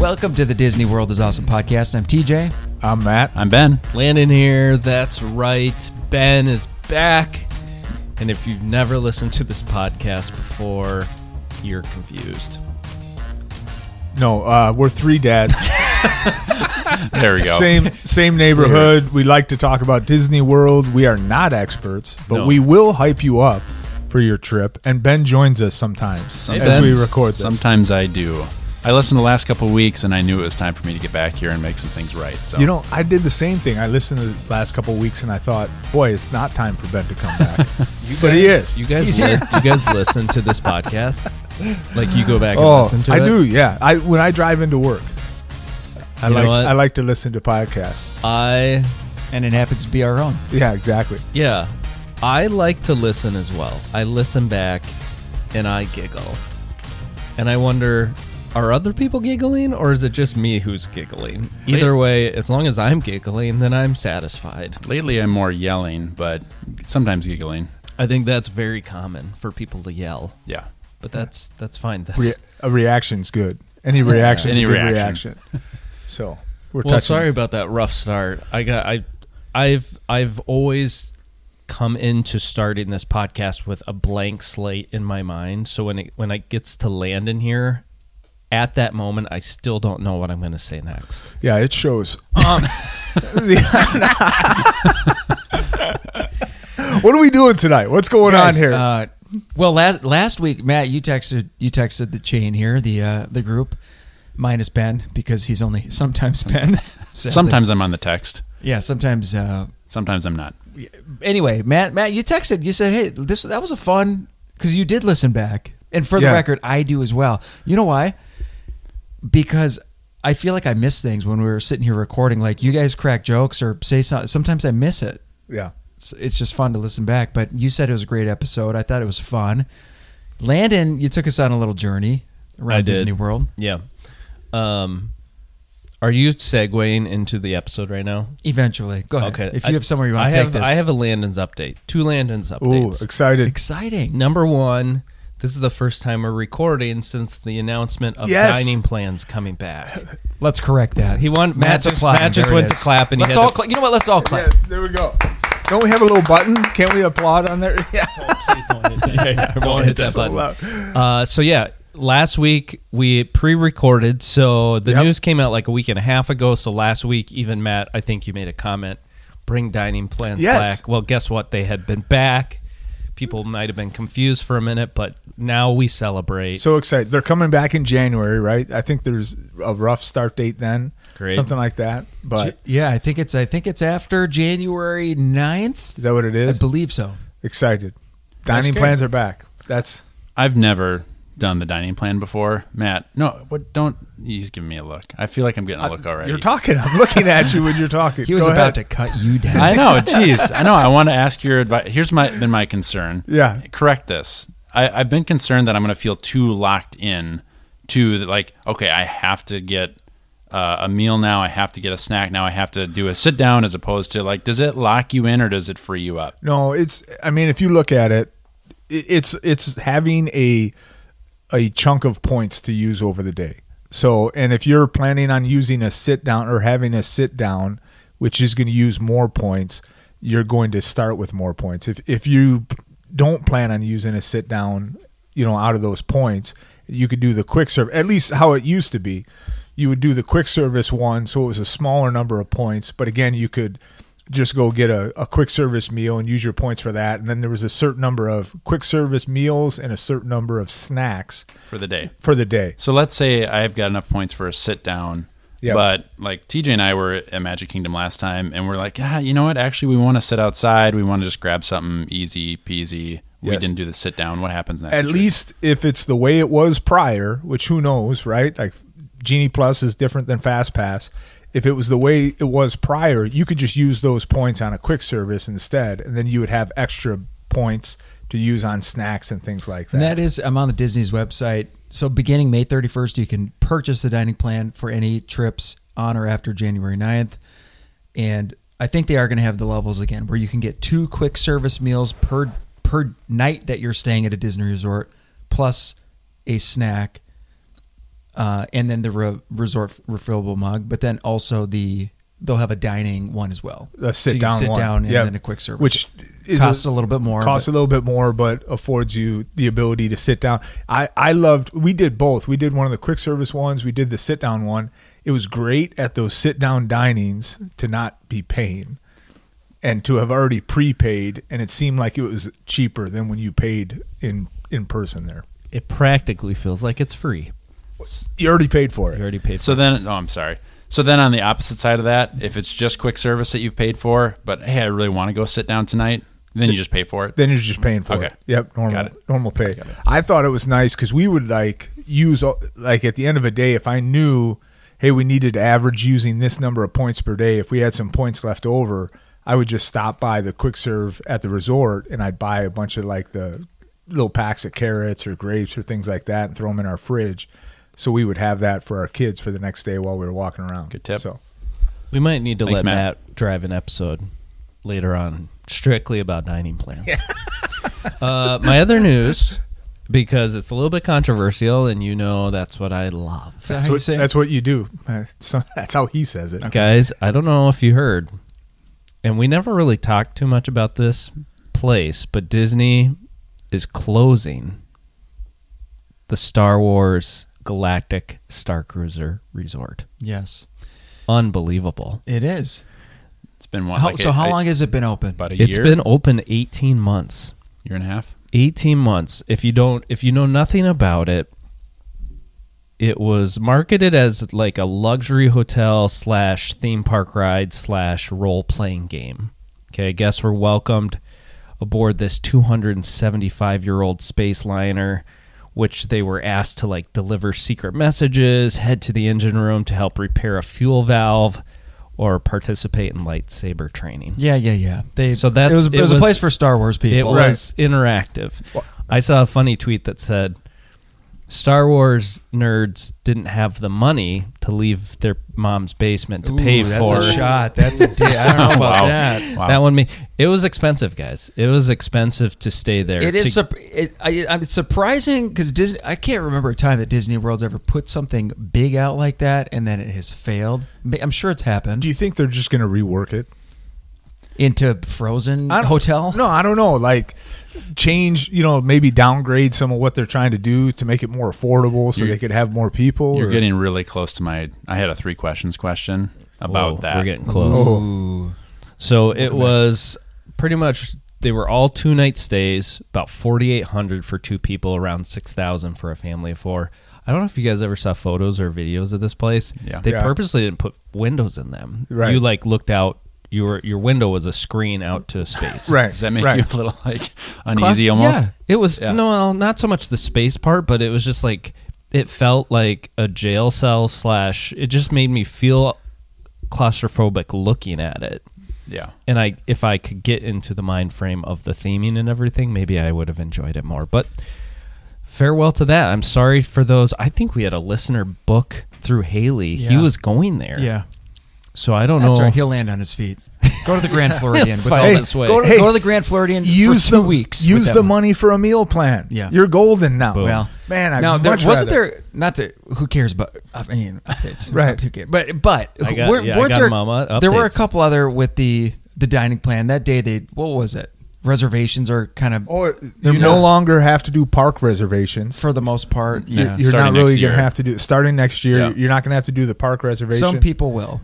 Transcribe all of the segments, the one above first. Welcome to the Disney World is Awesome podcast. I'm TJ. I'm Matt. I'm Ben. Landon here. That's right. Ben is back. And if you've never listened to this podcast before, you're confused. No, uh, we're three dads. There we go. same same neighborhood. We like to talk about Disney World. We are not experts, but No. we will hype you up for your trip. And Ben joins us sometimes Hey, as Ben. we record this. Sometimes I do. I listened the last couple of weeks, and I knew it was time for me to get back here and make some things right. So You know, I did the same thing. I listened to the last couple weeks and I thought, boy, it's not time for Ben to come back. You But he is. You guys, He's li- you guys listen to this podcast? Like you go back and oh, listen to I it? do. Yeah, I when I drive into work, I You know like what? I like to listen to podcasts. I, And it happens to be our own. Yeah, exactly. yeah. I like to listen as well. I listen back and I giggle. And I wonder, are other people giggling or is it just me who's giggling? Either way, as long as I'm giggling, then I'm satisfied. lately I'm more yelling, but sometimes giggling. I think that's very common for people to yell, Yeah. but that's that's fine. That's Re- a reaction's good. Any reaction's Any a good reaction. reaction. So we're well. touching. Sorry about that rough start. I got I, I've I've always come into starting this podcast with a blank slate in my mind. So when it when it gets to land in here, at that moment, I still don't know what I'm going to say next. Yeah, it shows. Um, what are we doing tonight? What's going Guys, on here? Uh, well, last last week, Matt, you texted you texted the chain here, the uh, the group, minus Ben because he's only sometimes Ben. Sadly. Sometimes I'm on the text. yeah, sometimes. Uh, Sometimes I'm not. anyway, Matt, Matt, you texted. You said, "Hey, this that was a fun because you did listen back." And for the Yeah. record, I do as well. You know why? Because I feel like I miss things when we were sitting here recording. Like you guys crack jokes or say something. Sometimes I miss it. yeah, It's- It's just fun to listen back. But you said it was a great episode. I thought it was fun. Landon, you took us on a little journey around I did. Disney World. Yeah. Um, are you segueing into the episode right now? Eventually, go ahead. Okay. If you I- have somewhere you want I to take have, this, I have a Landon's update. Two Landon's ooh, updates. excited! exciting. Number one, this is the first time we're recording since the announcement of Yes. dining plans coming back. Let's correct that. He won. Matt Matt's just, applauding. Matt just There it went to is. clap, and he Let's had all to, clap. You know what? Let's all clap. Yeah, there we go. Don't we have a little button? Can't we applaud on there? Yeah, I won't hit that so button. loud. Uh, so yeah, last week we pre-recorded, so the Yep. news came out like a week and a half ago. So last week, even Matt, I think you made a comment, bring dining plans Yes. back. Well, guess what? They had been back. People might have been confused for a minute, but now we celebrate. So excited! They're coming back in January, right? I think there's a rough start date then, Great. something like that. But yeah, I think it's I think it's after January 9th. is that what it I is? believe so. excited! Dining good. plans are back. That's I've never done the dining plan before, Matt. No, what? Don't. He's giving me a look. I feel like I'm getting a look already. you're talking. I'm looking at you when you're talking. He was Go about ahead. to cut you down. I know. Jeez, I know. I want to ask your advice. Here's my been my concern. Yeah. correct this. I, I've been concerned that I'm going to feel too locked in to the, like, okay, I have to get uh, a meal now. I have to get a snack now. I have to do a sit down as opposed to like, does it lock you in or does it free you up? No, it's. I mean, if you look at it, i- it's it's having a a chunk of points to use over the day. So, and if you're planning on using a sit down or having a sit down, which is going to use more points, you're going to start with more points. If if you don't plan on using a sit down, you know, out of those points, you could do the quick serve. At least how it used to be, you would do the quick service one, so it was a smaller number of points. But again, you could just go get a, a quick service meal and use your points for that. And then there was a certain number of quick service meals and a certain number of snacks for the day. for the day. So let's say I've got enough points for a sit down. Yep. But like TJ and I were at Magic Kingdom last time, and we're like, ah, you know what? Actually, we want to sit outside. We want to just grab something easy peasy. We Yes. didn't do the sit down. What happens next? At least if it's the way it was prior, which who knows, right? Like Genie Plus is different than Fast Pass. If it was the way it was prior, you could just use those points on a quick service instead, and then you would have extra points to use on snacks and things like And that is, I'm on the Disney's website. So beginning May 31st, you can purchase the dining plan for any trips on or after January 9th. And I think they are going to have the levels again, where you can get two quick service meals per per night that you're staying at a Disney resort, plus a snack uh, and then the re- resort refillable mug, but then also the they'll have a dining one as well. A So you sit can down sit one. down, and Yeah. then a quick service, which is costs a, little bit more. costs but- a little bit more, but affords you the ability to sit down. I I loved. We did both. We did one of the quick service ones. We did the sit down one. It was great at those sit down dinings to not be paying, and to have already prepaid, and it seemed like it was cheaper than when you paid in in person there. It practically feels like it's free. You already paid for You it. already paid. So then, oh, I'm sorry. So then, on the opposite side of that, if it's just quick service that you've paid for, but hey, I really want to go sit down tonight, then you just pay for it. Then you're just paying for Okay. it. Yep, normal Got it. normal pay. Got it. I thought it was nice because we would like use all- like at the end of a day if I knew, hey, we needed to average using this number of points per day. If we had some points left over, I would just stop by the quick serve at the resort and I'd buy a bunch of like the little packs of carrots or grapes or things like that and throw them in our fridge. So we would have that for our kids for the next day while we were walking around. Good tip. So We might need to Thanks, let Matt. Matt. drive an episode later on, strictly about dining plans. uh, my other news, because it's a little bit controversial, and you know that's what I love. Is that that's how you what, say it? that's what you do. So that's how he says it. Guys, I don't know if you heard, and we never really talked too much about this place, but Disney is closing the Star Wars Galactic Star Cruiser Resort. Yes, Unbelievable. it is. It's been one. How, like so a- how a- long has it been open? About a It's year, been open 18 months. year and a half. 18 months if you don't if you know nothing about it it was marketed as like a luxury hotel slash theme park ride slash role playing game okay guests were welcomed aboard this 275 year old space liner which they were asked to like deliver secret messages head to the engine room to help repair a fuel valve or participate in lightsaber training Yeah, yeah, yeah. They So that's- it was, it it was a was- place for Star Wars people. it Right. was interactive. I saw a funny tweet that said Star Wars nerds didn't have the money to leave their mom's basement to pay Ooh, that's for a shot. That's a dig. I don't know about Wow. that. Wow. that one. Me, it was expensive, guys. It was expensive to stay there. It is To- sup- it, I, I- it's surprising because Disney. I can't remember a time that Disney World's ever put something big out like that and then it has failed. Ma- I'm sure it's happened Do you think they're just going to rework it? into Frozen I don't- Hotel. No, I don't know. Like change, you know, maybe downgrade some of what they're trying to do to make it more affordable so You're- they could have more people. You're or- getting really close to my. I had a three questions question about Whoa, that. We're getting close. Oh. Ooh. So it was pretty much they were all two night stays, about forty eight hundred for two people, around six thousand for a family of four. I don't know if you guys ever saw photos or videos of this place. Yeah. They Yeah. purposely didn't put windows in them. Right. You like looked out your your window was a screen out to space. right. Does that make right. you a little like uneasy almost? Yeah. It was Yeah. no not so much the space part, but it was just like it felt like a jail cell slash it just made me feel claustrophobic looking at it Yeah. and I if I could get into the mind frame of the theming and everything, maybe I would have enjoyed it more. But farewell to that. I'm sorry for those. I think we had a listener book through Haley. He Yeah. was going there. Yeah, So I don't that's know. right. He'll land on his feet. Go to the Grand Floridian. with all Hey, this go- Go, to, hey, go to the Grand Floridian Use for two the weeks. with Use that the money for a meal plan. Yeah. you're golden now. Well, man, I now much there, wasn't rather- there not that who cares about I mean updates Right. who cares, but but I got- weren't- yeah, I weren't got there, 'em all up- there were a updates. couple other with the the dining plan that day they what was it reservations are kind of Or they're Oh, you more- no longer have to do park reservations. for the most part yeah You're starting not really next going to year. have to do starting next year. Yeah. You're not going to have to do the park reservation. some people will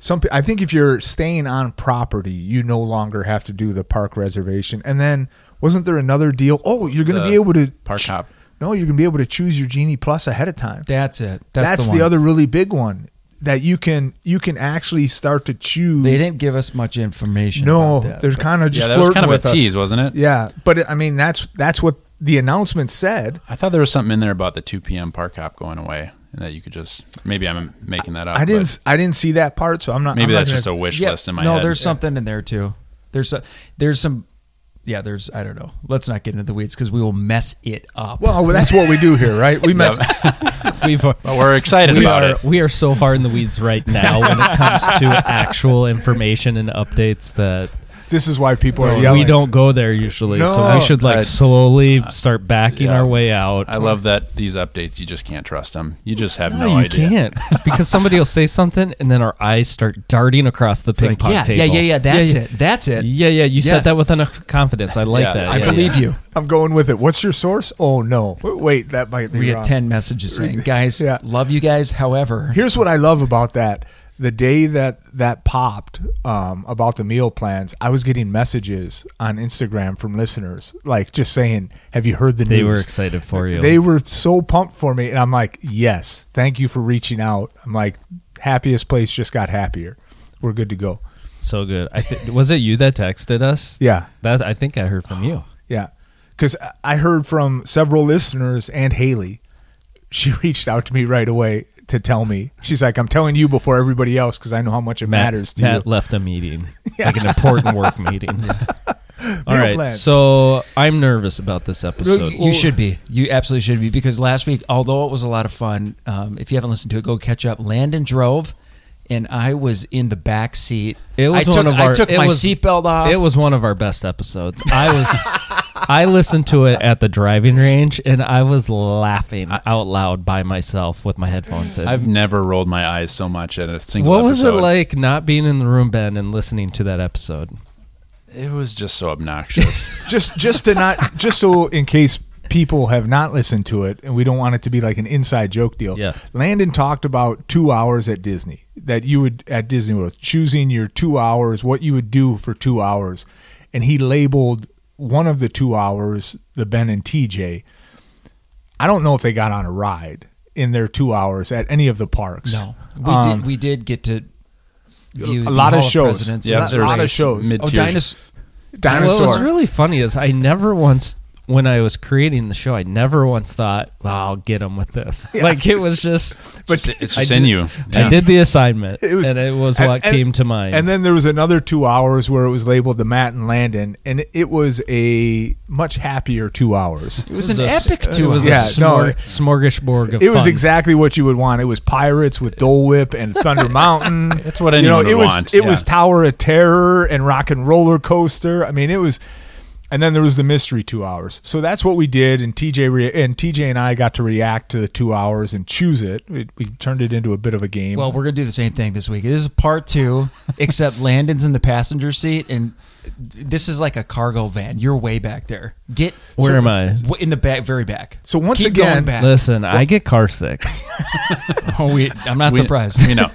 some pe- I think if you're staying on property, you no longer have to do the park reservation. And then wasn't there another deal? Oh, you're going to The be able to park hop. No, you're going to be able to choose your Genie Plus ahead of time. that's it that's, That's, the, the, one. other really big one that you can you can actually start to choose. they didn't give us much information No, about that, they're but- kind of just yeah, that flirting was kind of with a us. tease, wasn't it? Yeah, but it, I mean that's that's what the announcement said. I thought there was something in there about the 2 p.m. park hop going away, and that you could just maybe I'm making that up. I didn't Oh, but s- I didn't see that part, so I'm not. Maybe I'm not that's just a gonna- wish list in my no head. there's something in there too there's a, there's some yeah there's I don't know let's not get into the weeds because we will mess it up Well, that's what we do here, right? We mess. We've Oh, But we're excited we about are, it. we are so far in the weeds right now when it comes to actual information and updates that This is why people are yelling. we don't go there usually, so No. we should like I- slowly Uh, start backing Yeah. our way out. I love that these updates. You just can't trust them. You just have no, no, you idea. can't because somebody will say something and then our eyes start darting across the ping Like, pong yeah, yeah, table. yeah, yeah. That's yeah. it. That's it. Yeah, yeah. You Yes. said that with enough confidence. I like Yeah, that. I yeah, believe yeah. you. I'm going with it. What's your source? Oh no. Wait, that might be We wrong. get ten messages saying, "Guys, Yeah. love you guys." However, Here's what I love about that. The day that that popped um, about the meal plans, I was getting messages on Instagram from listeners, like just saying, "Have you heard the They news?" were excited for you. They were so pumped for me, and I'm like, "Yes, thank you for reaching out." I'm like, "Happiest place just got happier. We're good to go." so good. I th- was it you that texted us? Yeah, That I think I heard from you. yeah, because I heard from several listeners and Haley. She reached out to me right away to tell me. She's like, "I'm telling you before everybody else because I know how much it Matt, matters to you." Matt left a meeting, like an important work meeting. All Meal right, plans. so I'm nervous about this episode. you should be. You absolutely should be because last week, although it was a lot of fun, um, if you haven't listened to it, go catch up. Landon drove, and I was in the back seat. It was I took, one of I our- took it my was- seatbelt off. It was one of our best episodes. I was, I listened to it at the driving range, and I was laughing out loud by myself with my headphones in. I've never rolled my eyes so much at a single. what was it episode. like not being in the room, Ben, and listening to that episode? It was just so obnoxious. just just to not just so in case people have not listened to it and we don't want it to be like an inside joke deal Yeah. landon talked about two hours at disney that you would at disney world choosing your two hours what you would do for two hours and he labeled one of the two hours the ben and tj i don't know if they got on a ride in their two hours at any of the parks no, we Um, did. We did get to view a the lot of Hall shows. Presidents. Yeah, It was there's a lot great. of shows mid- Oh, Tears. dinosaur. dinosaur What was really funny is I never once, when I was creating the show, I never once thought, well, I'll get them with this. Like it was just, but it's I just in did- you. I Yeah. did the assignment, It was- and it was and- what and- came to mind. And then there was another two hours where it was labeled the Matt and Landon, and it was a much happier two hours. It was an a s- epic It tour. was Yeah, a no, smor- it- smorgasbord of It was fun. exactly what you would want. It was pirates with Dole Whip and Thunder Mountain. That's what you know, anyone would it was, want, It was yeah. Tower of Terror and Rock and Roller Coaster. I mean, it was. And then there was the mystery two hours. So that's what we did, and TJ re- and TJ and I got to react to the two hours and choose it. We, we turned it into a bit of a game. Well, we're gonna do the same thing this week. This is part two, except Landon's in the passenger seat, and this is like a cargo van. You're way back there. Get Where am I? W- in the back, very back. So once Keep again- going back. Listen, I get Uh, car sick. Oh, we, I'm not We- surprised. You know,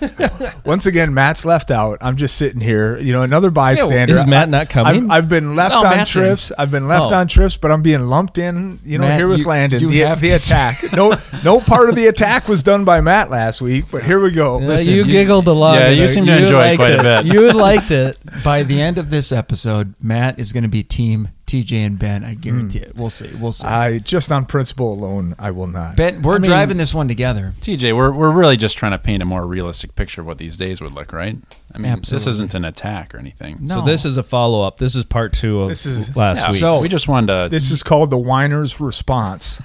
Once again, Matt's left out. I'm just sitting here. You know, another bystander. is Matt not coming? I've, I've been left No, on Oh, Matt's in. trips. I've been left Oh. on trips, but I'm being lumped in. You know, Matt, here with you- Landon. you the, have the to s- attack. no, no part of the attack was done by Matt last week. But here we go. Yeah, Listen, you, giggled a lot. Yeah, at you it. seem to enjoy it liked quite a bit. You liked it. By the end of this episode, Matt is gonna be team TJ and Ben. I guarantee it. We'll see. We'll see. Hmm. I just on principle alone, I will not. ben, we're driving this one together. TJ, we're we're really just trying to paint a more realistic picture of what these days would look, right? I mean, this Absolutely. isn't an attack or anything. No, So this is a follow up. This is part two of This is- last Yeah, week. so we just wanted to. this is called the Winer's response.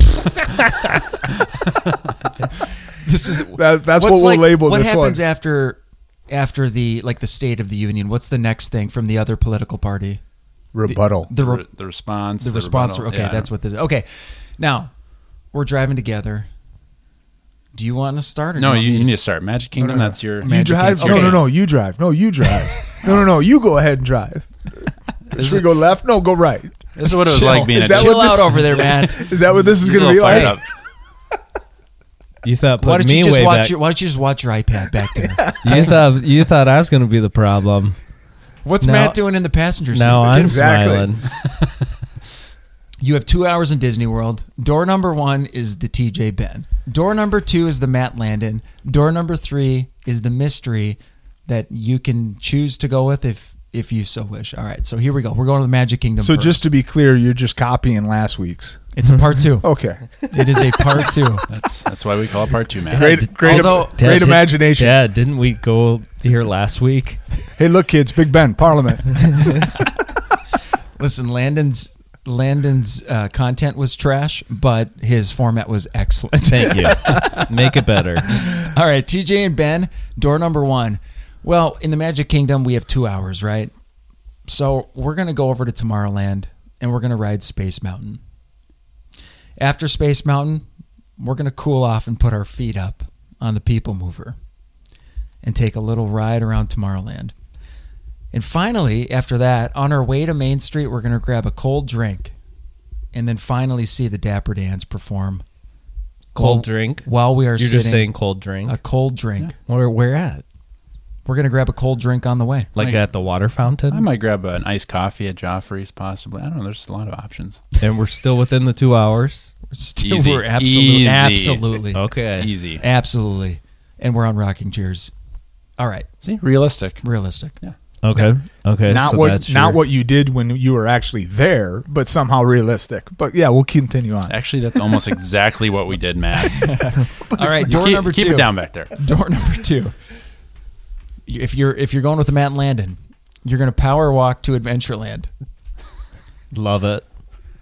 this is That- that's what what's we'll like- label What this happens one. after after the like the State of the Union? What's the next thing from the other political party? Rebuttal. The re- re- the response. the, response. rebuttal. okay, Yeah. that's what this. Okay, now we're driving together. Do you want to start? Or No, do want you, me you need to s- start Magic Kingdom. That's your. you drive? Kingdom. No, no, Okay. no. You drive. No, you drive. no, no, no. You go ahead and drive. Should we go left? No, go right. This is what it was Chill. like being Is a that Chill what this- out over there, Matt. Is that what this is going to be like? Up. you thought put Why don't me you just way watch back. your Why don't you just watch your iPad back there? you thought you thought I was going to be the problem. What's Now- Matt doing in the passenger seat? Now I'm Exactly. smiling. You have two hours in Disney World. Door number one is the TJ Ben. Door number two is the Matt Landon. Door number three is the mystery that you can choose to go with if if you so wish. All right, so here we go. We're going to the Magic Kingdom. So first. just to be clear, you're just copying last week's. it's a part Oh. two. Okay. It is a part two. That's that's why we call it part two, man. Great, great, Although- great Dad, imagination. Yeah, didn't we go here last week? Hey, look, kids, Big Ben, Parliament. Listen, Landon's Landon's uh, content was trash, but his format was excellent. Thank you. Make it better. All right, TJ and Ben, door number one. Well, in the Magic Kingdom, we have two hours, right? So we're gonna go over to Tomorrowland and we're gonna ride Space Mountain. After Space Mountain, we're gonna cool off and put our feet up on the People Mover and take a little ride around Tomorrowland. And finally, after that, on our way to Main Street, we're gonna grab a cold drink and then finally see the Dapper Dans perform. Cold While- drink. while we are You're sitting just saying cold drink. a cold drink. where where at? We're gonna grab a cold drink on the way. Like Like- at the water fountain. I might grab an iced coffee at Joffrey's, possibly. I don't know. There's a lot of options. and we're still within the two hours. We're still Easy. we're absolutely Easy. Oh. absolutely Okay. Easy. absolutely, and we're on rocking chairs. All right, See, realistic. realistic. Okay. Okay. not so what that's your- not what you did when you were actually there, but somehow realistic. But yeah, we'll continue on. Actually, that's almost exactly what we did, Matt. All right, door keep, number keep two. it down back there. Door number two. You- If you're if you're going with Matt Landon, you're gonna power walk to Adventureland. Love it.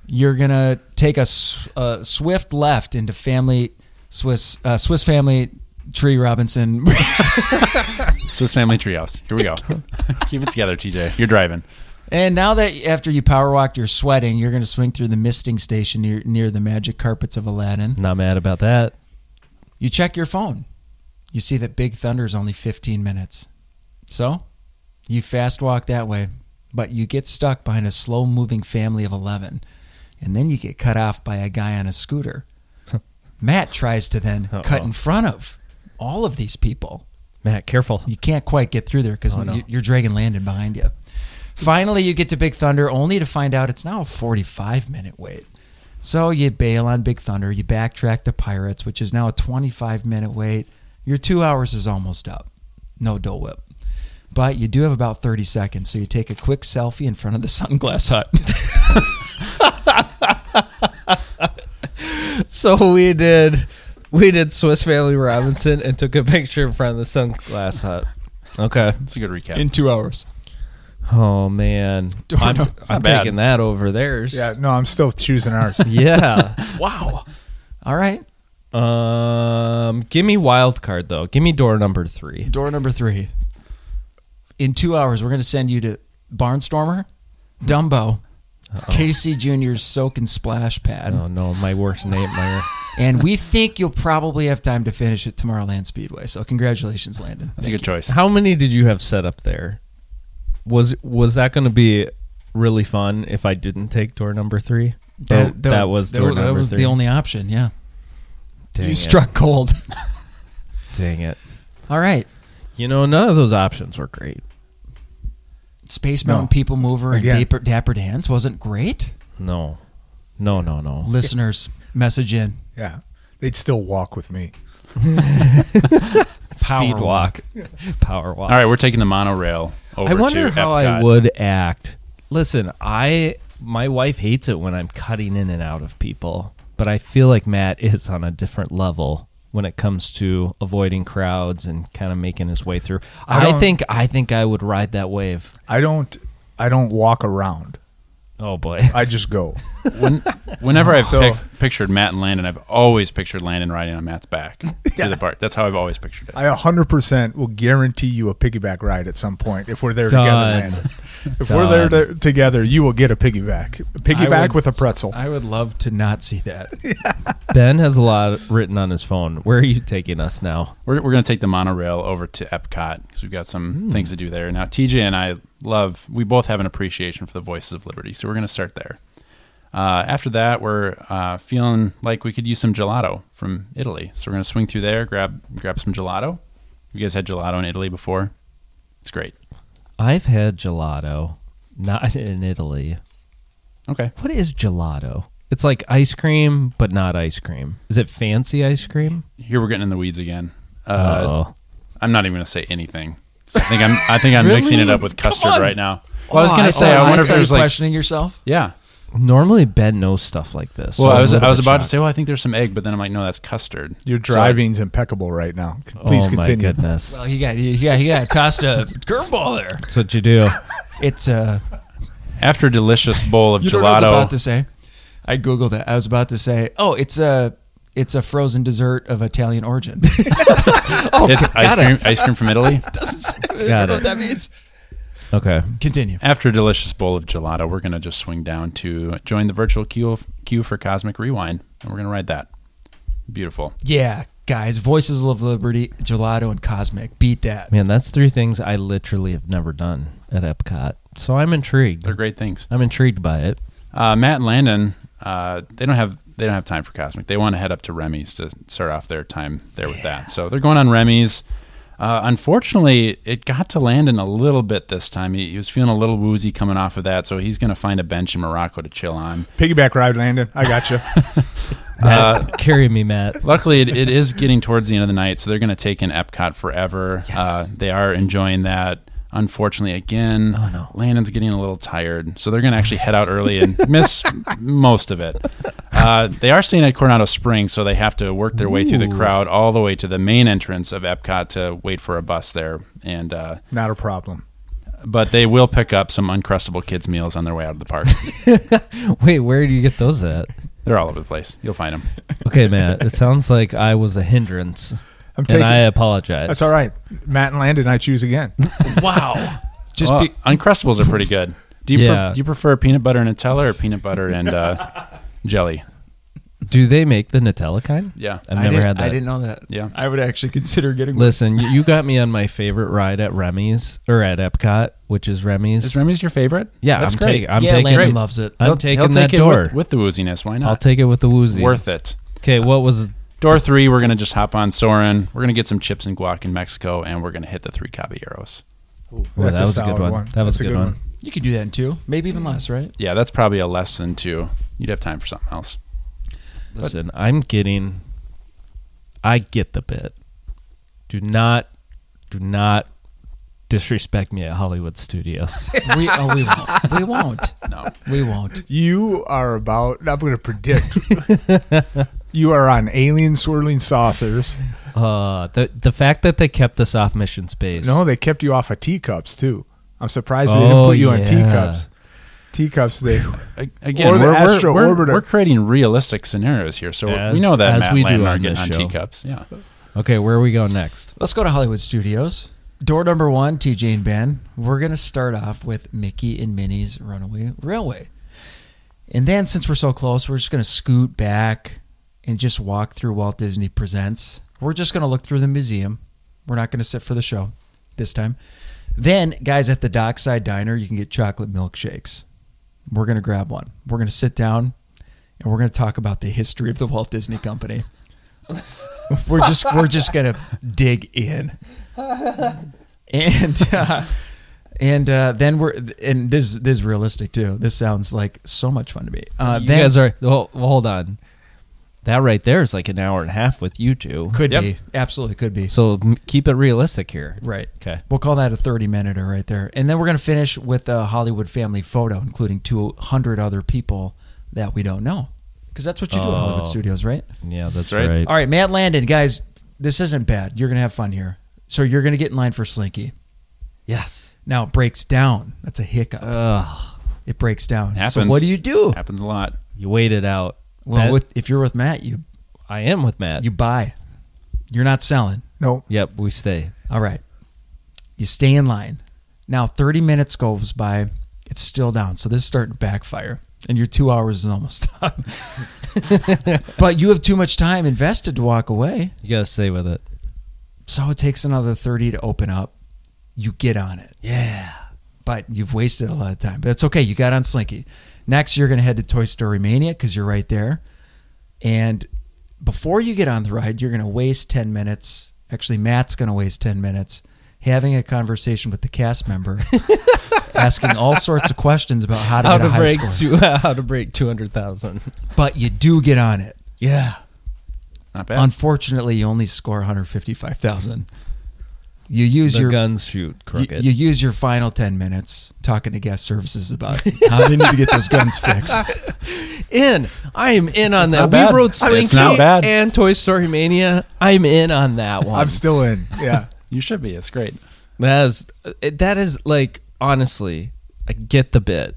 You're gonna take a, s- a swift left into Family Swiss uh, Swiss Family Tree Robinson. Swiss Family Treehouse. Here we go. keep it together, TJ. You're driving. And now that after you power walked, you're sweating, you're going to swing through the misting station near, near the magic carpets of Aladdin. Not mad about that. You check your phone. You see that Big Thunder's only 15 minutes. So you fast walk that way, but you get stuck behind a slow moving family of 11. And then you get cut off by a guy on a scooter. Matt tries to then cut Uh-oh. in front of all of these people. Matt, careful. You can't quite get through there because you're dragging Landon behind you. Finally, you get to Big Thunder, only to find out it's now a 45 minute wait. So you bail on Big Thunder, you backtrack the Pirates, which is now a 25 minute wait. Your two hours is almost up. No Dole Whip. But you do have about 30 seconds, so you take a quick selfie in front of the Sunglass Hut. So we did we did Swiss Family Robinson and took a picture in front of the sunglass hut. Okay. That's a good recap. in two hours. Oh man. Don't I'm, know. I'm not bad. taking that over theirs. Yeah, no, I'm still choosing ours. Yeah. Wow. All right. um give me wild card though. Give me door number 3. Door number three. In two hours, we're going to send you to Barnstormer, Dumbo, Casey Jr.'s Soak and Splash Pad, Oh no, my worst name my and we think you'll probably have time to finish at Tomorrowland Speedway. So congratulations, Landon. That's a good choice. How many did you have set up there? Was was that going to be really fun if I didn't take door number 3? That, that was door that number was three. the only option. Yeah, Dang you it. struck cold. Dang it. All right, You know, none of those options were great. Space No. Mountain People Mover Again. and Dapper, Dapper Dance wasn't great. No. No, no, no. Listeners, message in. Yeah, they'd still walk with me. Power Speed walk. Power walk. All right, we're taking the monorail over I wonder to how I Epcot. would act. Listen, I my wife hates it when I'm cutting in and out of people, but I feel like Matt is on a different level when it comes to avoiding crowds and kind of making his way through. I I, don't- think I think I would ride that wave. I don't. I don't walk around. Oh boy. I just go. When, whenever I've So- pic- pictured Matt and Landon, I've always pictured Landon riding on Matt's back to the park. That's how I've always pictured it. I 100% will guarantee you a piggyback ride at some point if we're there Done. together. Man. If we're there Done. to, together, you will get a piggyback. A I piggyback would- with a pretzel. I would love to not see that. ben has a lot written on his phone. Where are you taking us now? We're, we're going to take the monorail over to Epcot because we've got some things to do there. Now, TJ and I love, we both have an appreciation for the Voices of Liberty, so we're going to start there. Uh, after that, we're uh, feeling like we could use some gelato from Italy, so we're going to swing through there, grab grab some gelato. You guys had gelato in Italy before? It's great. I've had gelato, not in Italy. Okay, What is gelato? It's like ice cream, but not ice cream. Is it fancy ice cream? here we're getting in the weeds again. Uh, Uh, I'm not even going to say anything. I think I'm I think I'm mixing it up with custard right now. Well, I was Oh, going to say oh, I wonder like if that. there's You're like questioning yourself. yeah. normally Ben knows stuff like this. so Well, I I'm was a little I was bit about to shocked. say, well, I think there's some egg, but then I'm like, no, that's custard. Your driving's impeccable right now. C- Please oh continue. my goodness, Well, he got he got he got tossed a curveball there. that's what you do. It's uh After a delicious bowl of you know what I was about gelato, to say? I googled it. I was about to say, oh, it's a it's a frozen dessert of Italian origin. it's ice cream ice cream from Italy. Doesn't say- I don't Got know it. what that means. Okay. Continue. After a delicious bowl of gelato, we're going to just swing down to join the virtual queue, queue for Cosmic Rewind, and we're going to ride that. Beautiful. Yeah, guys, Voices of Liberty, Gelato, and Cosmic. Beat that. Man, that's three things I literally have never done at Epcot. So I'm intrigued. They're great things. I'm intrigued by it. Uh, Matt and Landon, uh, they don't have they don't have time for Cosmic. They want to head up to Remy's to start off their time there with that. So they're going on Remy's. Uh, unfortunately, it got to Landon a little bit this time. He, he was feeling a little woozy coming off of that, so he's going to find a bench in Morocco to chill on. Piggyback ride, Landon. I got gotcha. you. Matt, carry me, Matt. Luckily, it, it is getting towards the end of the night, so they're going to take in Epcot forever. Uh, they are enjoying that. Unfortunately, again, Oh, no. Landon's getting a little tired, so they're going to actually head out early and miss most of it. Uh, they are staying at Coronado Springs, so they have to work their way through the crowd all the way to the main entrance of Epcot to wait for a bus there. And uh, Not a problem. but they will pick up some Uncrustable kids meals on their way out of the park. Wait, where do you get those at? They're all over the place. You'll find them. Okay, Matt. It sounds like I was a hindrance, I'm and taking. I apologize. that's all right. Matt and Landon, I choose again. Wow. Just Just be, Oh, Uncrustables are pretty good. Do you pre- Yeah. do you prefer peanut butter and Nutella or peanut butter and uh, jelly? Do they make the Nutella kind? Yeah. I've I never didn't- had that. I didn't know that. Yeah. I would actually consider getting one. Listen, you, you got me on my favorite ride at Remy's or at Epcot, which is Remy's. Is Remy's your favorite? yeah, that's I'm, great. taking. I'm yeah, taking. Landon loves it. I'm He'll- taking he'll that take it door. with, with the wooziness. Why I'll not? take it with the woozy. Worth it. Okay, what was? Door three, we're gonna just hop on Soren. We're gonna get some chips and guac in Mexico, and we're gonna hit the three caballeros. Well, that was a good one. That was That's a good one. You could do that in two, maybe even less, right? Yeah, that's probably a less than two. You'd have time for something else. Listen, I'm getting. I get the bit. Do not, do not disrespect me at Hollywood Studios. We, oh, we won't. We won't. No. We won't. You are about. I'm going to predict. you are on alien swirling saucers. uh, the the fact that they kept us off mission space. No, they kept you off of teacups too. I'm surprised they didn't Oh, put you yeah. on teacups. Teacups, they A- Again, Or the we're, we're- Astro we're, Orbiter. we're creating realistic scenarios here, so As- we know that as Matt we do Landon are on getting this on show. teacups. Yeah. Okay, where are we going next? Let's go to Hollywood Studios. Door number one, TJ and Ben. We're going to start off with Mickey and Minnie's Runaway Railway. And then, since we're so close, we're just going to scoot back and just walk through Walt Disney Presents. We're just going to look through the museum. We're not going to sit for the show this time. Then, guys, at the Dockside Diner, you can get chocolate milkshakes. We're going to grab one. We're going to sit down and we're going to talk about the history of the Walt Disney Company. we're just we're just going to dig in. And uh, and uh, then we're and this this is realistic too. This sounds like so much fun to me. Uh, you then guys are well, hold on. That right there is like an hour and a half with you two. could Yep. be absolutely could be So m- keep it realistic here. right. Okay. We'll call that a 30 minute or right there. And then we're going to finish with a Hollywood family photo, including 200 other people that we don't know. Because that's what you do at Hollywood Oh. Studios, right? Yeah, that's, That's right. right. All right, Matt Landon, guys, this isn't bad. You're going to have fun here. So you're going to get in line for Slinky. Yes. Now it breaks down. That's a hiccup. Ugh, it breaks down. So Happens. what do you do? Happens a lot. you wait it out. Well, That- with, if you're with Matt, you I am with Matt. you buy. You're not selling. no. yep, we stay. All right. You stay in line. Now 30 minutes goes by. It's still down. So this is starting to backfire. And your two hours is almost up. but you have too much time invested to walk away. You gotta stay with it. So it takes another 30 to open up. You get on it. Yeah. But you've wasted a lot of time. But that's okay. You got on Slinky. Next, you're going to head to Toy Story Mania because you're right there. And before you get on the ride, you're going to waste 10 minutes. Actually, Matt's going to waste 10 minutes having a conversation with the cast member, asking all sorts of questions about how to How get to a high break score. two, how to break two hundred thousand. But you do get on it. Yeah. Not bad. Unfortunately, you only score 155,000. You use The your guns shoot you, crooked. you use your final 10 minutes talking to guest services about how they need to get those guns fixed. in. I am in on not that. bad. We rode It's Slinky not bad. and Toy Story Mania. I'm in on that one. I'm still in. Yeah. you should be. It's great. uh, That is that is like honestly, I get the bit.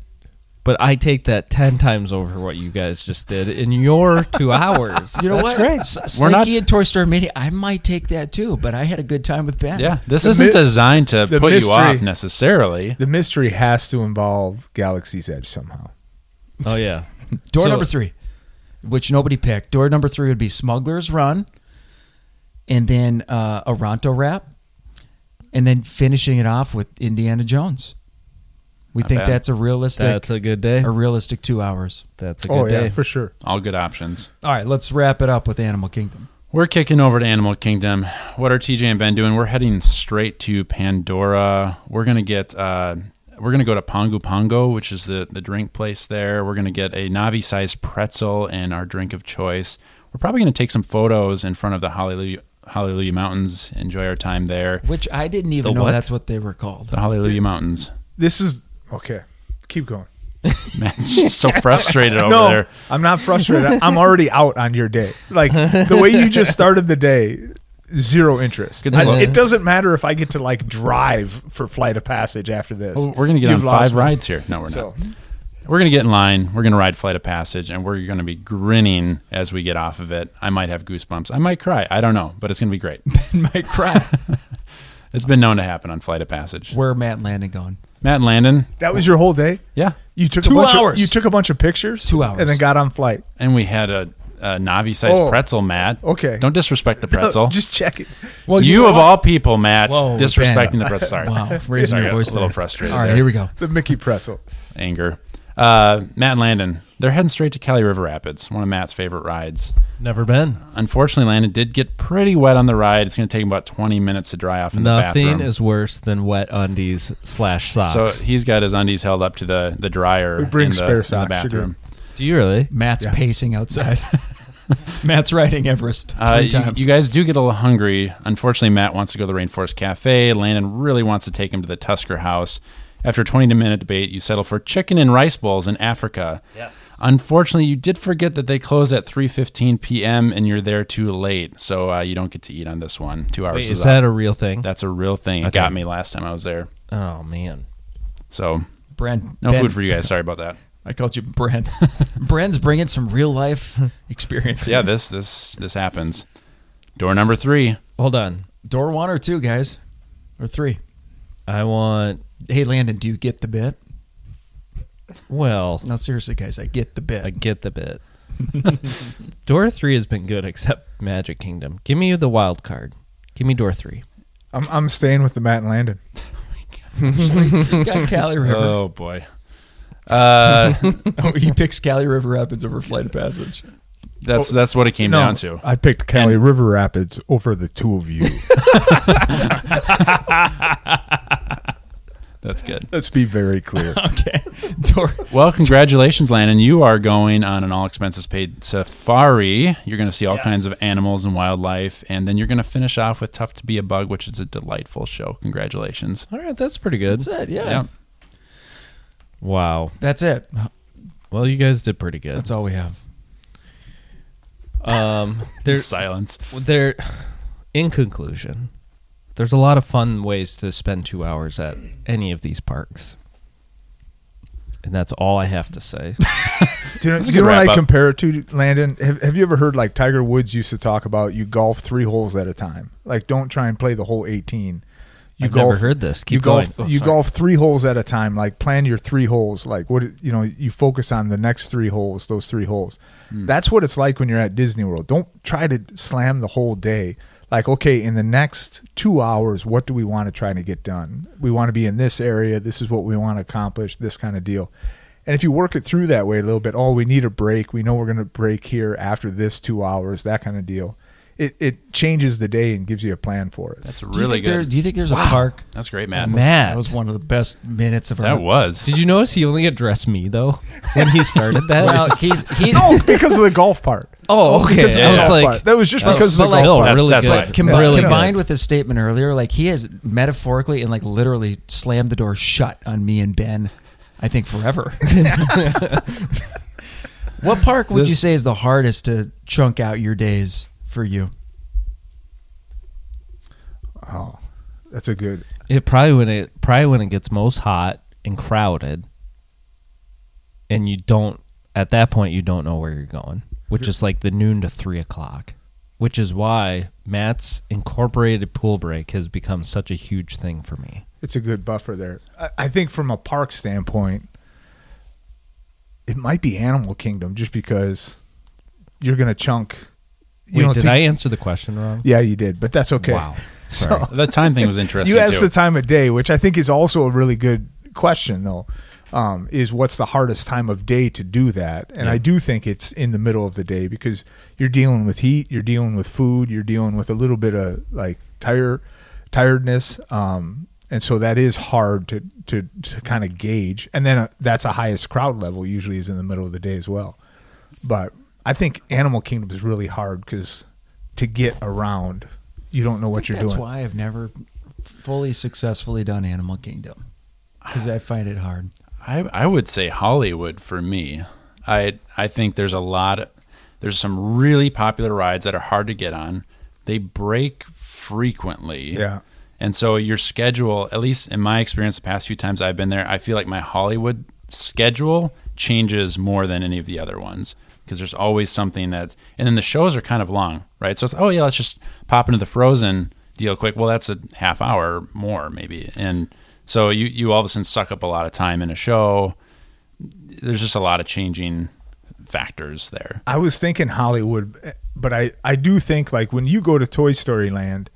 But I take that ten times over what you guys just did in your two hours. You know That's what? great. S- We're Slinky not- and Toy Story Mania. I might take that too, but I had a good time with Ben. Yeah, this The isn't mi- designed to the put you mystery- off necessarily. The mystery has to involve Galaxy's Edge somehow. oh yeah, Door So- number three, which nobody picked. Door number three would be Smuggler's Run, and then uh, a Ronto Wrap, and then finishing it off with Indiana Jones. We Not think bad. that's a realistic, that's a good day. a realistic two hours. That's a good Oh day. yeah, for sure. All good options. All right, let's wrap it up with Animal Kingdom. We're kicking over to Animal Kingdom. What are TJ and Ben doing? We're heading straight to Pandora. We're gonna get uh, we're gonna go to Pongo Pongo, which is the the drink place there. We're gonna get a Navi sized pretzel and our drink of choice. We're probably gonna take some photos in front of the Hallelujah Hallelujah Mountains. Enjoy our time there. Which I didn't even The know what? that's what they were called. The Hallelujah Mountains. This is okay. Keep going. Man's just so frustrated over no, there. I'm not frustrated. I'm already out on your day. Like the way you just started the day, zero interest. Good I- slow. it doesn't matter if I get to like drive for Flight of Passage after this. Well, we're gonna get You've on lost five me. rides here. No, we're not. So We're going to get in line. We're going to ride Flight of Passage, and we're going to be grinning as we get off of it. I might have goosebumps. I might cry. I don't know, but it's going to be great. My crap. It's been known to happen on Flight of Passage. Where are Matt and Landon going? Matt and Landon, that was your whole day. yeah. You took Two a bunch hours. Of, you took a bunch of pictures. Two hours. and then got on flight. And we had a, a Navi sized Oh, pretzel, Matt. okay. Don't disrespect the pretzel. Just check it. Well, you, of all people, Matt, Whoa, disrespecting Ben. the pretzel. Sorry. Wow, raising Sorry, I your got voice a little there. frustrated All right, there. here we go. The Mickey pretzel. Anger. Uh, Matt and Landon, they're heading straight to Cali River Rapids, one of Matt's favorite rides. Never been. Unfortunately, Landon did get pretty wet on the ride. It's going to take him about 20 minutes to dry off in the Nothing bathroom. is worse than wet undies slash socks. So he's got his undies held up to the the dryer. We bring in the, spare in the socks, you're bathroom. Do you really? Matt's pacing outside. Matt's riding Everest three Uh, you, times. you guys do get a little hungry. Unfortunately, Matt wants to go to the Rainforest Cafe. Landon really wants to take him to the Tusker House. After a 20 minute debate, you settle for chicken and rice bowls in Africa. Yes. Unfortunately, you did forget that they close at 3:15 p.m. and you're there too late, so uh, you don't get to eat on this one. Two hours Wait, is up. that a real thing? That's a real thing. It Okay. got me last time I was there. oh man. So Bren, no Ben- food for you guys. Sorry about that. I called you Bren. Bren's bringing some real life experience. Yeah, this this this happens. Door number three. Hold on. Door one or two, guys, or three. I want. Hey, Landon, do you get the bit? Well, No, seriously, guys, I get the bit. I get the bit. door three has been good, except Magic Kingdom. Give me the wild card. Give me door three. I'm I'm staying with the Matt and Landon. You got Cali River. Oh boy. Uh, Oh, he picks Cali River Rapids over Flight of Passage. that's that's what it came No, down to. I picked Cali River Rapids over the two of you. That's good. Let's be very clear. Okay. Door. Well, congratulations, Landon. You are going on an all expenses paid safari. You're going to see all kinds of animals and wildlife, and then you're going to finish off with Tough to Be a Bug, which is a delightful show. Congratulations. All right, that's pretty good. That's it. Yeah. Yeah. Wow. That's it. Well, you guys did pretty good. That's all we have. Um, there, Silence. there. In conclusion, there's a lot of fun ways to spend two hours at any of these parks, and that's all I have to say. Do you know, That's do you a good know what wrap I up. compare it to, Landon? Have, have you ever heard like Tiger Woods used to talk about you golf three holes at a time? Like, don't try and play the whole 18. You I've never heard this. Keep you golf. going. Oh, you sorry. golf three holes at a time. Like, plan your three holes. Like, what you know, you focus on the next three holes. Those three holes. That's what it's like when you're at Disney World. Don't try to slam the whole day. Like, okay, in the next two hours, what do we want to try to get done? We want to be in this area. This is what we want to accomplish. This kind of deal. And if you work it through that way a little bit, oh, we need a break. We know we're going to break here after this two hours, that kind of deal. It, it changes the day and gives you a plan for it. That's Do you really think There, good. do you think there's a park? That's great, Matt. Matt. That was one of the best minutes of our. That was. Did you notice he only addressed me though when he started that? Well, he's he. No, because of the golf part. oh, okay. Because of the Yeah. I golf was like, oh, part. that was just because but of the like, golf no, part. really That's- good. that's Combi- really good. combined with his statement earlier, like he has metaphorically and like literally slammed the door shut on me and Ben, I think forever. what park would you This- say is the hardest to chunk out your days for you? Oh, that's a good. It probably when it probably when it gets most hot and crowded, and you don't at that point you don't know where you're going, which is like the noon to three o'clock, which is why Matt's incorporated pool break has become such a huge thing for me. It's a good buffer there. I, I think from a park standpoint, it might be Animal Kingdom just because you're going to chunk. You Wait, know, did to- I answer the question wrong? Yeah, you did, but that's okay. Wow. So Sorry. That time thing was interesting. you asked too. the time of day, which I think is also a really good question, though. Um, is what's the hardest time of day to do that? And I do think it's in the middle of the day because you're dealing with heat, you're dealing with food, you're dealing with a little bit of like tire tiredness, um, and so that is hard to to, to kind of gauge. And then uh, that's a highest crowd level usually is in the middle of the day as well. But I think Animal Kingdom is really hard because to get around, you don't know what you're That's doing. why I've never fully successfully done Animal Kingdom because I find it hard. I, I would say Hollywood for me. I I think there's a lot of, there's some really popular rides that are hard to get on. They break frequently. Yeah. And so your schedule, at least in my experience the past few times I've been there, I feel like my Hollywood schedule changes more than any of the other ones because there's always something that's and then the shows are kind of long, right? So it's oh yeah, let's just pop into the Frozen deal quick. Well, that's a half hour more maybe. And so you you all of a sudden suck up a lot of time in a show. There's just a lot of changing factors there. I was thinking Hollywood, but I, I do think like when you go to Toy Story Land,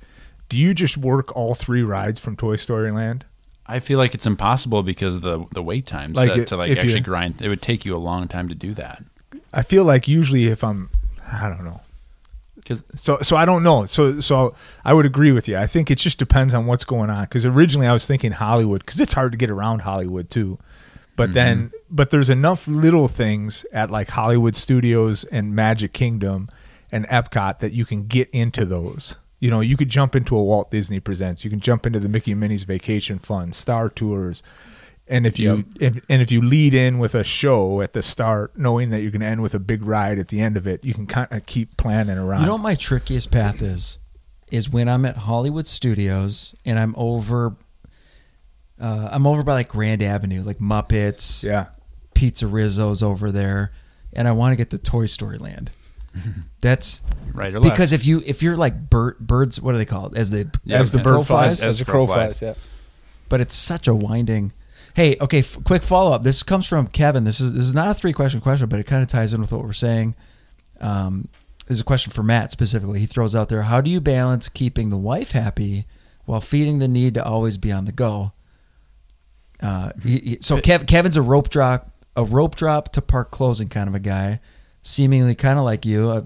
do you just work all three rides from Toy Story Land? I feel like it's impossible because of the the wait times Like that, it- to like if you- actually grind. It would take you a long time to do that. I feel like usually if I'm, I don't know. 'Cause- So so I don't know. So so I would agree with you. I think it just depends on what's going on. Because originally I was thinking Hollywood, because it's hard to get around Hollywood too. But then, but there's enough little things at like Hollywood Studios and Magic Kingdom and Epcot that you can get into those. You know, you could jump into a Walt Disney Presents. You can jump into the Mickey and Minnie's Vacation Fund, Star Tours, and if you if, and if you lead in with a show at the start, knowing that you're going to end with a big ride at the end of it, you can kind of keep planning around. You know what my trickiest path is? Is when I'm at Hollywood Studios and I'm over, uh, I'm over by like Grand Avenue, like Muppets, yeah, Pizza Rizzo's over there, and I want to get to Toy Story Land. That's Right or left. because if you if you're like bird birds, what are they called? As the Yeah, as the okay. bird Crow flies, flies? as the crow flies. Yeah. but it's such a winding. Hey, okay, f- quick follow up. This comes from Kevin. This is this is not a three question question, but it kind of ties in with what we're saying. Um, this is a question for Matt specifically. He throws out there: How do you balance keeping the wife happy while feeding the need to always be on the go? Uh, he- he- so Kev, Kevin's a rope drop, a rope drop to park closing kind of a guy, seemingly kind of like you, uh,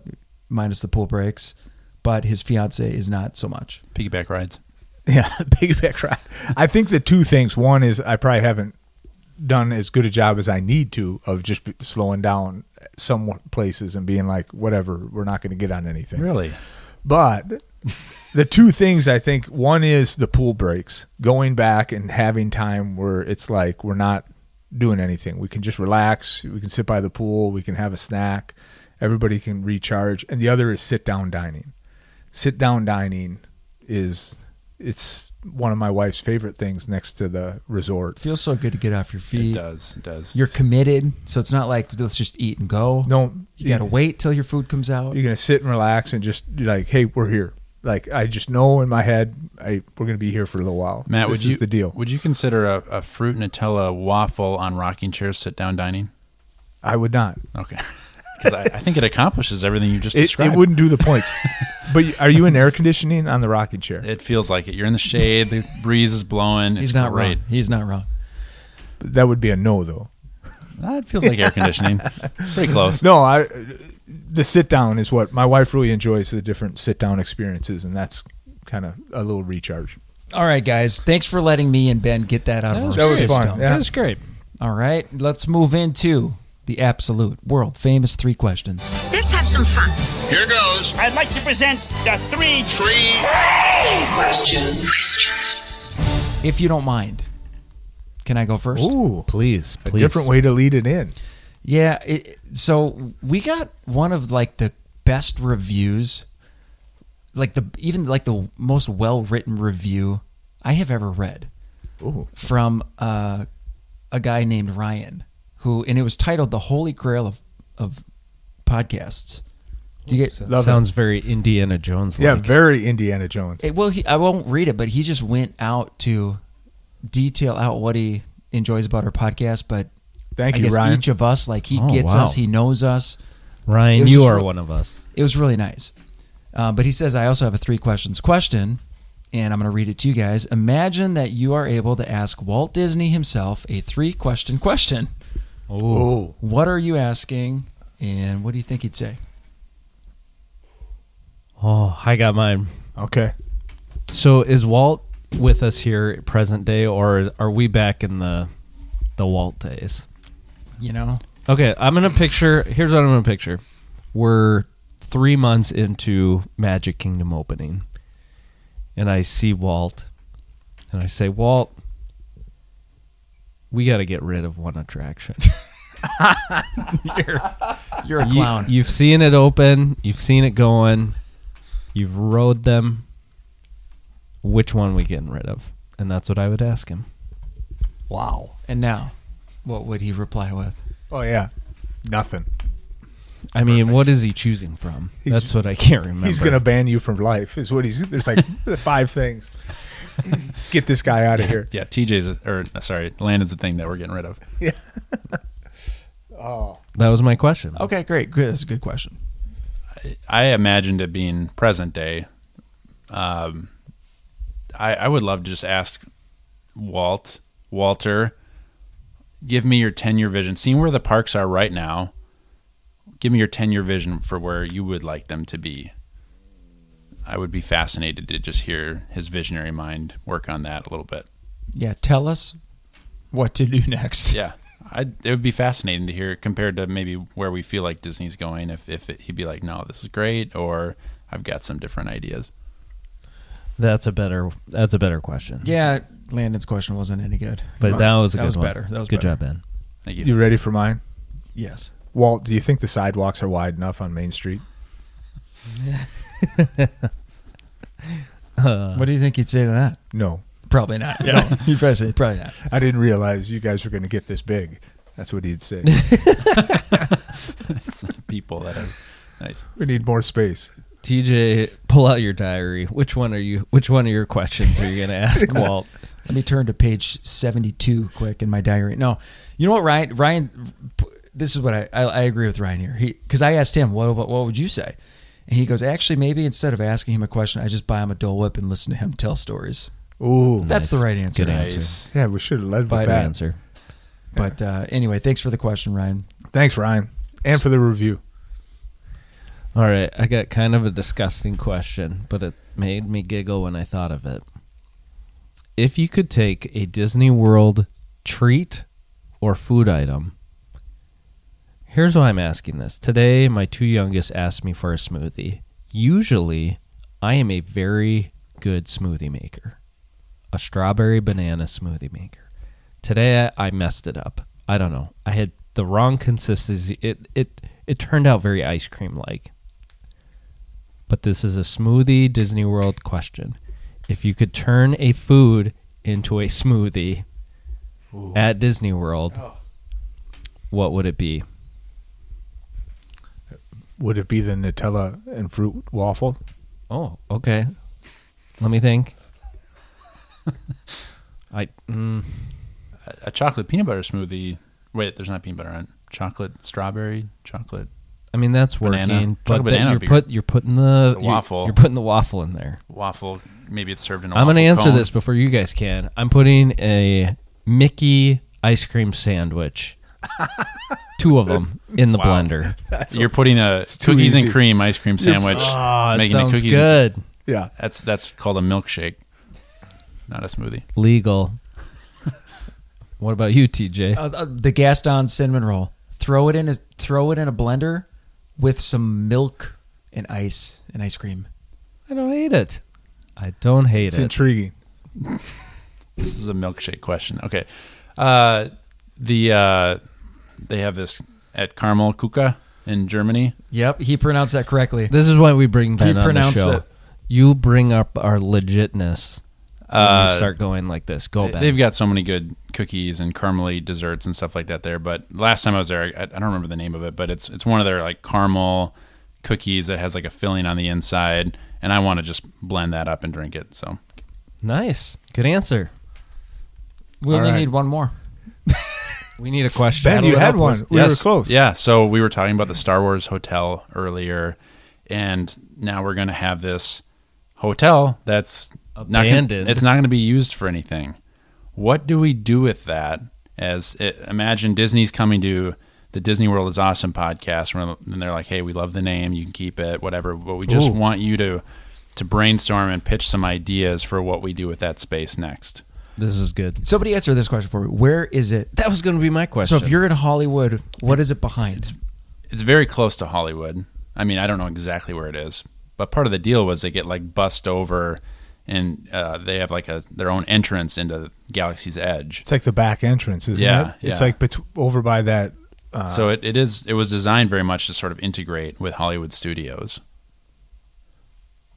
minus the pool breaks, but his fiance is not so much. piggyback rides. Yeah, piggyback ride. I think the two things. One is I probably haven't done as good a job as I need to of just b- slowing down some places and being like, whatever, we're not going to get on anything. Really? But the two things I think one is the pool breaks, going back and having time where it's like we're not doing anything. We can just relax, we can sit by the pool, we can have a snack, everybody can recharge. And the other is sit down dining. Sit down dining is it's one of my wife's favorite things next to the resort. Feels so good to get off your It feet. does. It does. You're committed, so it's not like let's just eat and go. No, you gotta wait till your food comes out. you're gonna sit and relax and just be like, hey, we're here. Like I just know in my head, I we're gonna be here for a little while. Matt, this would you is the deal. Would you consider a, a fruit Nutella waffle on rocking chairs sit down dining? I would not. Okay, because I, I think it accomplishes everything you just It, described. it wouldn't do the points. but y- are you in air conditioning on the rocking chair? It feels like it. You're in the shade. The breeze is blowing. He's it's not great. wrong. He's not wrong. That would be a no, though. That feels like air conditioning. Pretty close. No, I. The sit down is what my wife really enjoys. The different sit down experiences, and that's kind of a little recharge. All right, guys. Thanks for letting me and Ben get that out of our That was system. fun. Yeah. That's great. All right, let's move into the absolute world famous three questions. Let's have some fun. Here goes. I'd like to present the three Three. Questions. Questions. If you don't mind, can I go first? Ooh, Please, a please. different way to lead it in. Yeah. It, so we got one of like the best reviews, like the even like the most well written review I have ever read Ooh, from uh, a guy named Ryan who and it was titled The Holy Grail of of podcasts. Do you get So- Love it. sounds very Indiana Jones. Yeah, very Indiana Jones. It- well, he, I won't read it, but he just went out to detail out what he enjoys about our podcast. But Thank I you, guess Ryan. each of us, like he Oh, gets wow. us, he knows us. It Ryan, was you just are re- one of us. It was really nice. Uh, but he says, I also have a three questions question, and I'm going to read it to you guys. Imagine that you are able to ask Walt Disney himself a three question question. oh, What are you asking, and what do you think he'd say? Oh, I got mine. okay. So is Walt with us here at present day, or are we back in the the Walt days? You know, Okay, I'm gonna picture. Here's what I'm gonna picture. We're three months into Magic Kingdom opening, and I see Walt, and I say, Walt, we got to get rid of one attraction. you're a clown. You, have seen it open. You've seen it going. You've rode them. Which one we getting rid of? And that's what I would ask him. Wow. and now, what would he reply with? Oh yeah. Nothing. I mean, what is he choosing from? He's- that's what I can't remember. He's gonna ban you from life. Is what he's. There's like five things. Get this guy out of here. Yeah, TJ's a, or uh, sorry, Landon's the thing that we're getting rid of. That was my question. Okay, great. Good. That's a good question. I imagined it being present day. Um, I, I would love to just ask Walt, Walter, give me your 10 year vision. Seeing where the parks are right now, give me your 10 year vision for where you would like them to be. I would be fascinated to just hear his visionary mind work on that a little bit. Yeah, tell us what to do next. Yeah. I'd, it would be fascinating to hear compared to maybe where we feel like Disney's going. If, if it, he'd be like, no, this is great, or I've got some different ideas. That's a better. That's a better question. Yeah, Landon's question wasn't any good. But that was a That good was one. better. That was good better. job, Ben. Thank you. You ready for mine? Yes. Walt, do you think the sidewalks are wide enough on Main Street? what do you think he'd say to that? No, Probably not. Yeah. No, he'd probably say, probably not. I didn't realize you guys were going to get this big. That's what he'd say. It's the people that are nice. we need more space. TJ, pull out your diary. Which one are you? Which one of your questions are you going to ask Walt? Let me turn to page 72 quick in my diary. No, you know what, Ryan? Ryan, this is what I, I, I agree with Ryan here. He Because I asked him, what, what, what would you say? And he goes, actually, maybe instead of asking him a question, I just buy him a Dole Whip and listen to him tell stories. Ooh, That's the right answer. Good answer. Nice. yeah, we should have led with By Good the that. answer. But uh, anyway, thanks for the question, Ryan. Thanks, Ryan, and for the review. All right, I got kind of a disgusting question, but it made me giggle when I thought of it. If you could take a Disney World treat or food item, here's why I'm asking this. Today, my two youngest asked me for a smoothie. Usually, I am a very good smoothie maker, a strawberry banana smoothie maker. Today, I I messed it up. I don't know. I had the wrong consistency. It it it turned out very ice cream like. But this is a smoothie Disney World question. If you could turn a food into a smoothie at Disney World, Oh. what would it be? Would it be the Nutella and fruit waffle? Oh, okay. Let me think. I mm, A, a chocolate peanut butter smoothie. Wait, there's not peanut butter on. it. Chocolate strawberry, chocolate I mean that's working, Banana. but Chocolate that banana you're would be good. put you're putting the, The you- waffle. You're putting the waffle in there. waffle. Maybe it's served in a I'm going to waffle answer cone. this before you guys can. I'm putting a Mickey ice cream sandwich, two of them, in the Wow. blender. You're putting a too cookies easy. and cream ice cream sandwich. Oh, it making a sounds cookies. good. Yeah, That's that's called a milkshake, not a smoothie. Legal. what about you, TJ? uh, uh, the Gaston cinnamon roll. Throw it in a throw it in a blender with some milk and ice and ice cream. I don't hate it. I don't hate it's it. intriguing. This is a milkshake question. Okay, uh, the uh, they have this at Carmel Kuka in Germany. Yep, he pronounced that correctly. this is why we bring Ben on the pronounce show. it. You bring up our legitness when Uh, you start going like this. Go They- back. They've got so many good cookies and caramel desserts and stuff like that there. But last time I was there, I, I don't remember the name of it, but it's it's one of their like caramel cookies that has like a filling on the inside, and I want to just blend that up and drink it. So Nice. Good answer. We All only right. need one more. We need a question. Ben, That'll you had help one. us. We were Yes. close. Yeah, so we were talking about the Star Wars hotel earlier, and now we're going to have this hotel that's not gonna- Abandoned. it's not going to be used for anything. What do we do with that? As it, imagine Disney's coming to the Disney World is Awesome podcast, when- and they're like, "Hey, we love the name. You can keep it, whatever. But we just Ooh. want you to to brainstorm and pitch some ideas for what we do with that space next." This is good. Somebody answer this question for me. Where is it? That was going to be my So question. if you're in Hollywood, what is it behind? it's very close to Hollywood. I mean, I don't know exactly where it is, but part of the deal was they get like bussed over, and uh, they have like a their own entrance into Galaxy's Edge. It's like the back entrance, isn't Yeah, it? It's yeah. like bet- over by that. so it, it is it was designed very much to sort of integrate with Hollywood studios.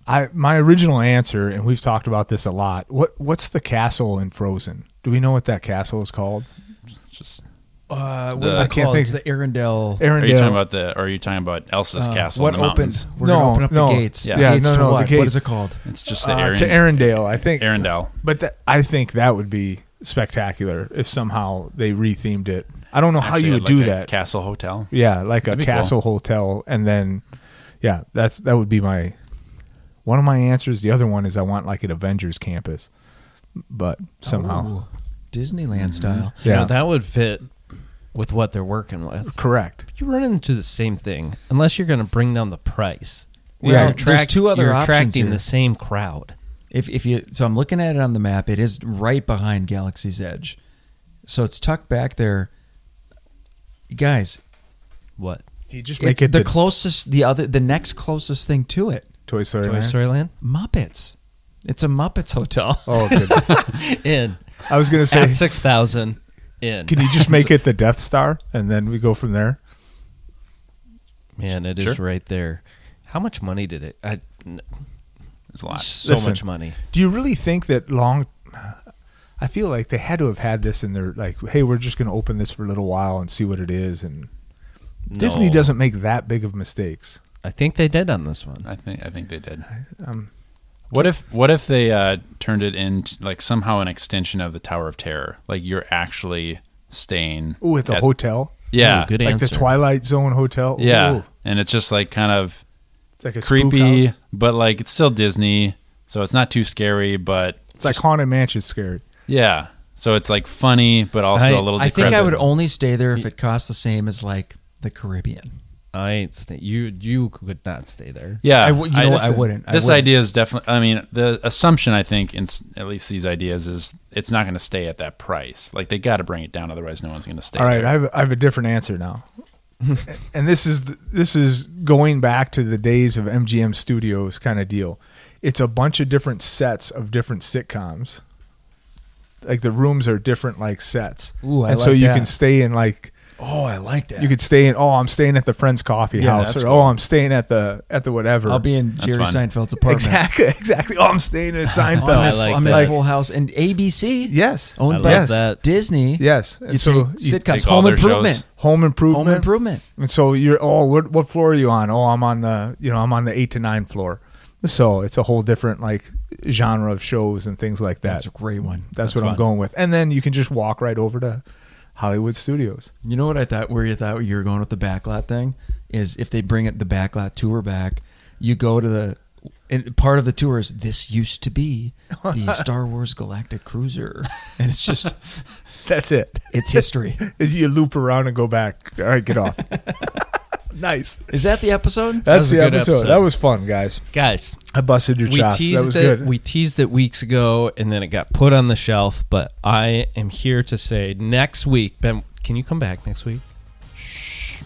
I my original answer, and we've talked about this a lot. What what's the castle in Frozen? Do we know what that castle is called? It's just Uh, what is The- I it can't called? think. It's the Arendelle. Arendelle. are you talking about the or are you talking about Elsa's uh, castle? what in the opened? mountains? We're No, gonna open up no. the gates. Yeah. The gates No, to no, the what? gates. What is it called? It's just the Uh, Arend- to Arendelle? I think Arendelle. But that, I think that would be spectacular if somehow they rethemed it. I don't know how Actually you had, would do like, a that. Castle hotel. yeah, like a That'd be cool. castle hotel, and then yeah, that's that would be my one of my answers. The other one is I want like an Avengers campus, but somehow Ooh, Disneyland style. You know, yeah, that would fit with what they're working with. correct. You run into the same thing unless you're going to bring down the price. Yeah, You're there's attract- two other you're options attracting here. the same crowd. If if you so I'm looking at it on the map, it is right behind Galaxy's Edge. So it's tucked back there. Guys, What? Do you just it's make it the, the, closest the other the next closest thing to it. Toy Story? Toy Land? Story Land? Muppets. It's a Muppets hotel. Oh goodness! In. I was gonna say, At 6,000. In. can you just make it the Death Star, and then we go from there? Man, it is Sure. right there. How much money did it? I, n- It's a lot. so Listen. much money. Do you really think that long? I feel like they had to have had this in their like, hey, we're just going to open this for a little while and see what it is. And Disney No. doesn't make that big of mistakes. I think they did on this one. I think I think they did. um, what if what if they uh, turned it into like somehow an extension of the Tower of Terror? Like you're actually staying. Oh, at the hotel, Yeah, Ooh, good like answer. the Twilight Zone hotel. yeah, Ooh, and it's just like kind of it's like a creepy, creepy. House. but like it's still Disney, so it's not too scary. But It's like haunted mansion scary. yeah, so it's like funny, but also I- a little. I think I decrepit. would only stay there if it cost the same as like the Caribbean. I ain't stay. You you could not stay there. Yeah, I w- you know what, I this- wouldn't. I this wouldn't. idea is definitely. I mean, the assumption I think, in s- at least these ideas, is it's not going to stay at that price. Like they got to bring it down, otherwise no one's going to stay. All right, there. I have a, I have a different answer now, and this is this is going back to the days of MGM Studios kind of deal. It's a bunch of different sets of different sitcoms. Like the rooms are different, like sets, Ooh, I and so like you that. can stay in like Oh, I like that. you could stay in. Oh, I'm staying at the friend's coffee Yeah, house, or that's oh, I'm staying at the at the whatever. I'll be in That's Jerry fun. Seinfeld's apartment. exactly exactly. Oh, I'm staying at Oh, I'm, Seinfeld. at, I like I'm that. at Full House and ABC. yes, Owned I by love yes, that. Disney. yes. And You so take you sitcoms. Take all Home their Improvement. shows. home improvement. Home Improvement. And so you're oh what what floor are you on? Oh, I'm on the you know I'm on the eight to nine floor. So it's a whole different like genre of shows and things like that. That's a great one. That's what I'm fun. going with. And then you can just walk right over to Hollywood Studios. You know what I thought? Where you thought you were going with the backlot thing is if they bring it the backlot tour back, you go to the and part of the tour is this used to be the Star Wars Galactic Cruiser, and it's just That's it. it's history. Is you loop around and go back. All right, get off. nice. Is that the episode? That's was a the good episode. episode. That was fun, guys. Guys, I busted your we chops. That was teased good. it. We teased it weeks ago, and then it got put on the shelf. But I am here to say next week, Ben. Can you come back next week?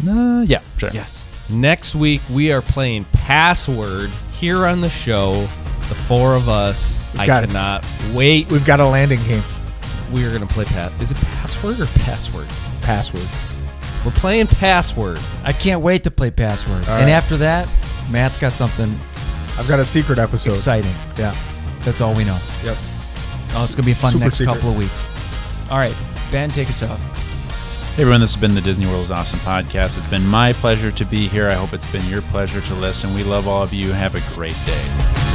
Uh, yeah, sure. Yes. Next week we are playing Password here on the show. The four of us. I got it. cannot wait. We've got a landing game. We are going to play Pat. Is it Password or Passwords? Password. We're playing Password. I can't wait to play Password. All And right. after that, Matt's got something I've got a secret episode. exciting. Yeah. That's all we know. Yep. Oh, it's gonna be a fun Super next secret. couple of weeks. All right, Ben, take us off. Hey everyone, this has been the Disney World is Awesome podcast. It's been my pleasure to be here. I hope it's been your pleasure to listen. We love all of you. Have a great day.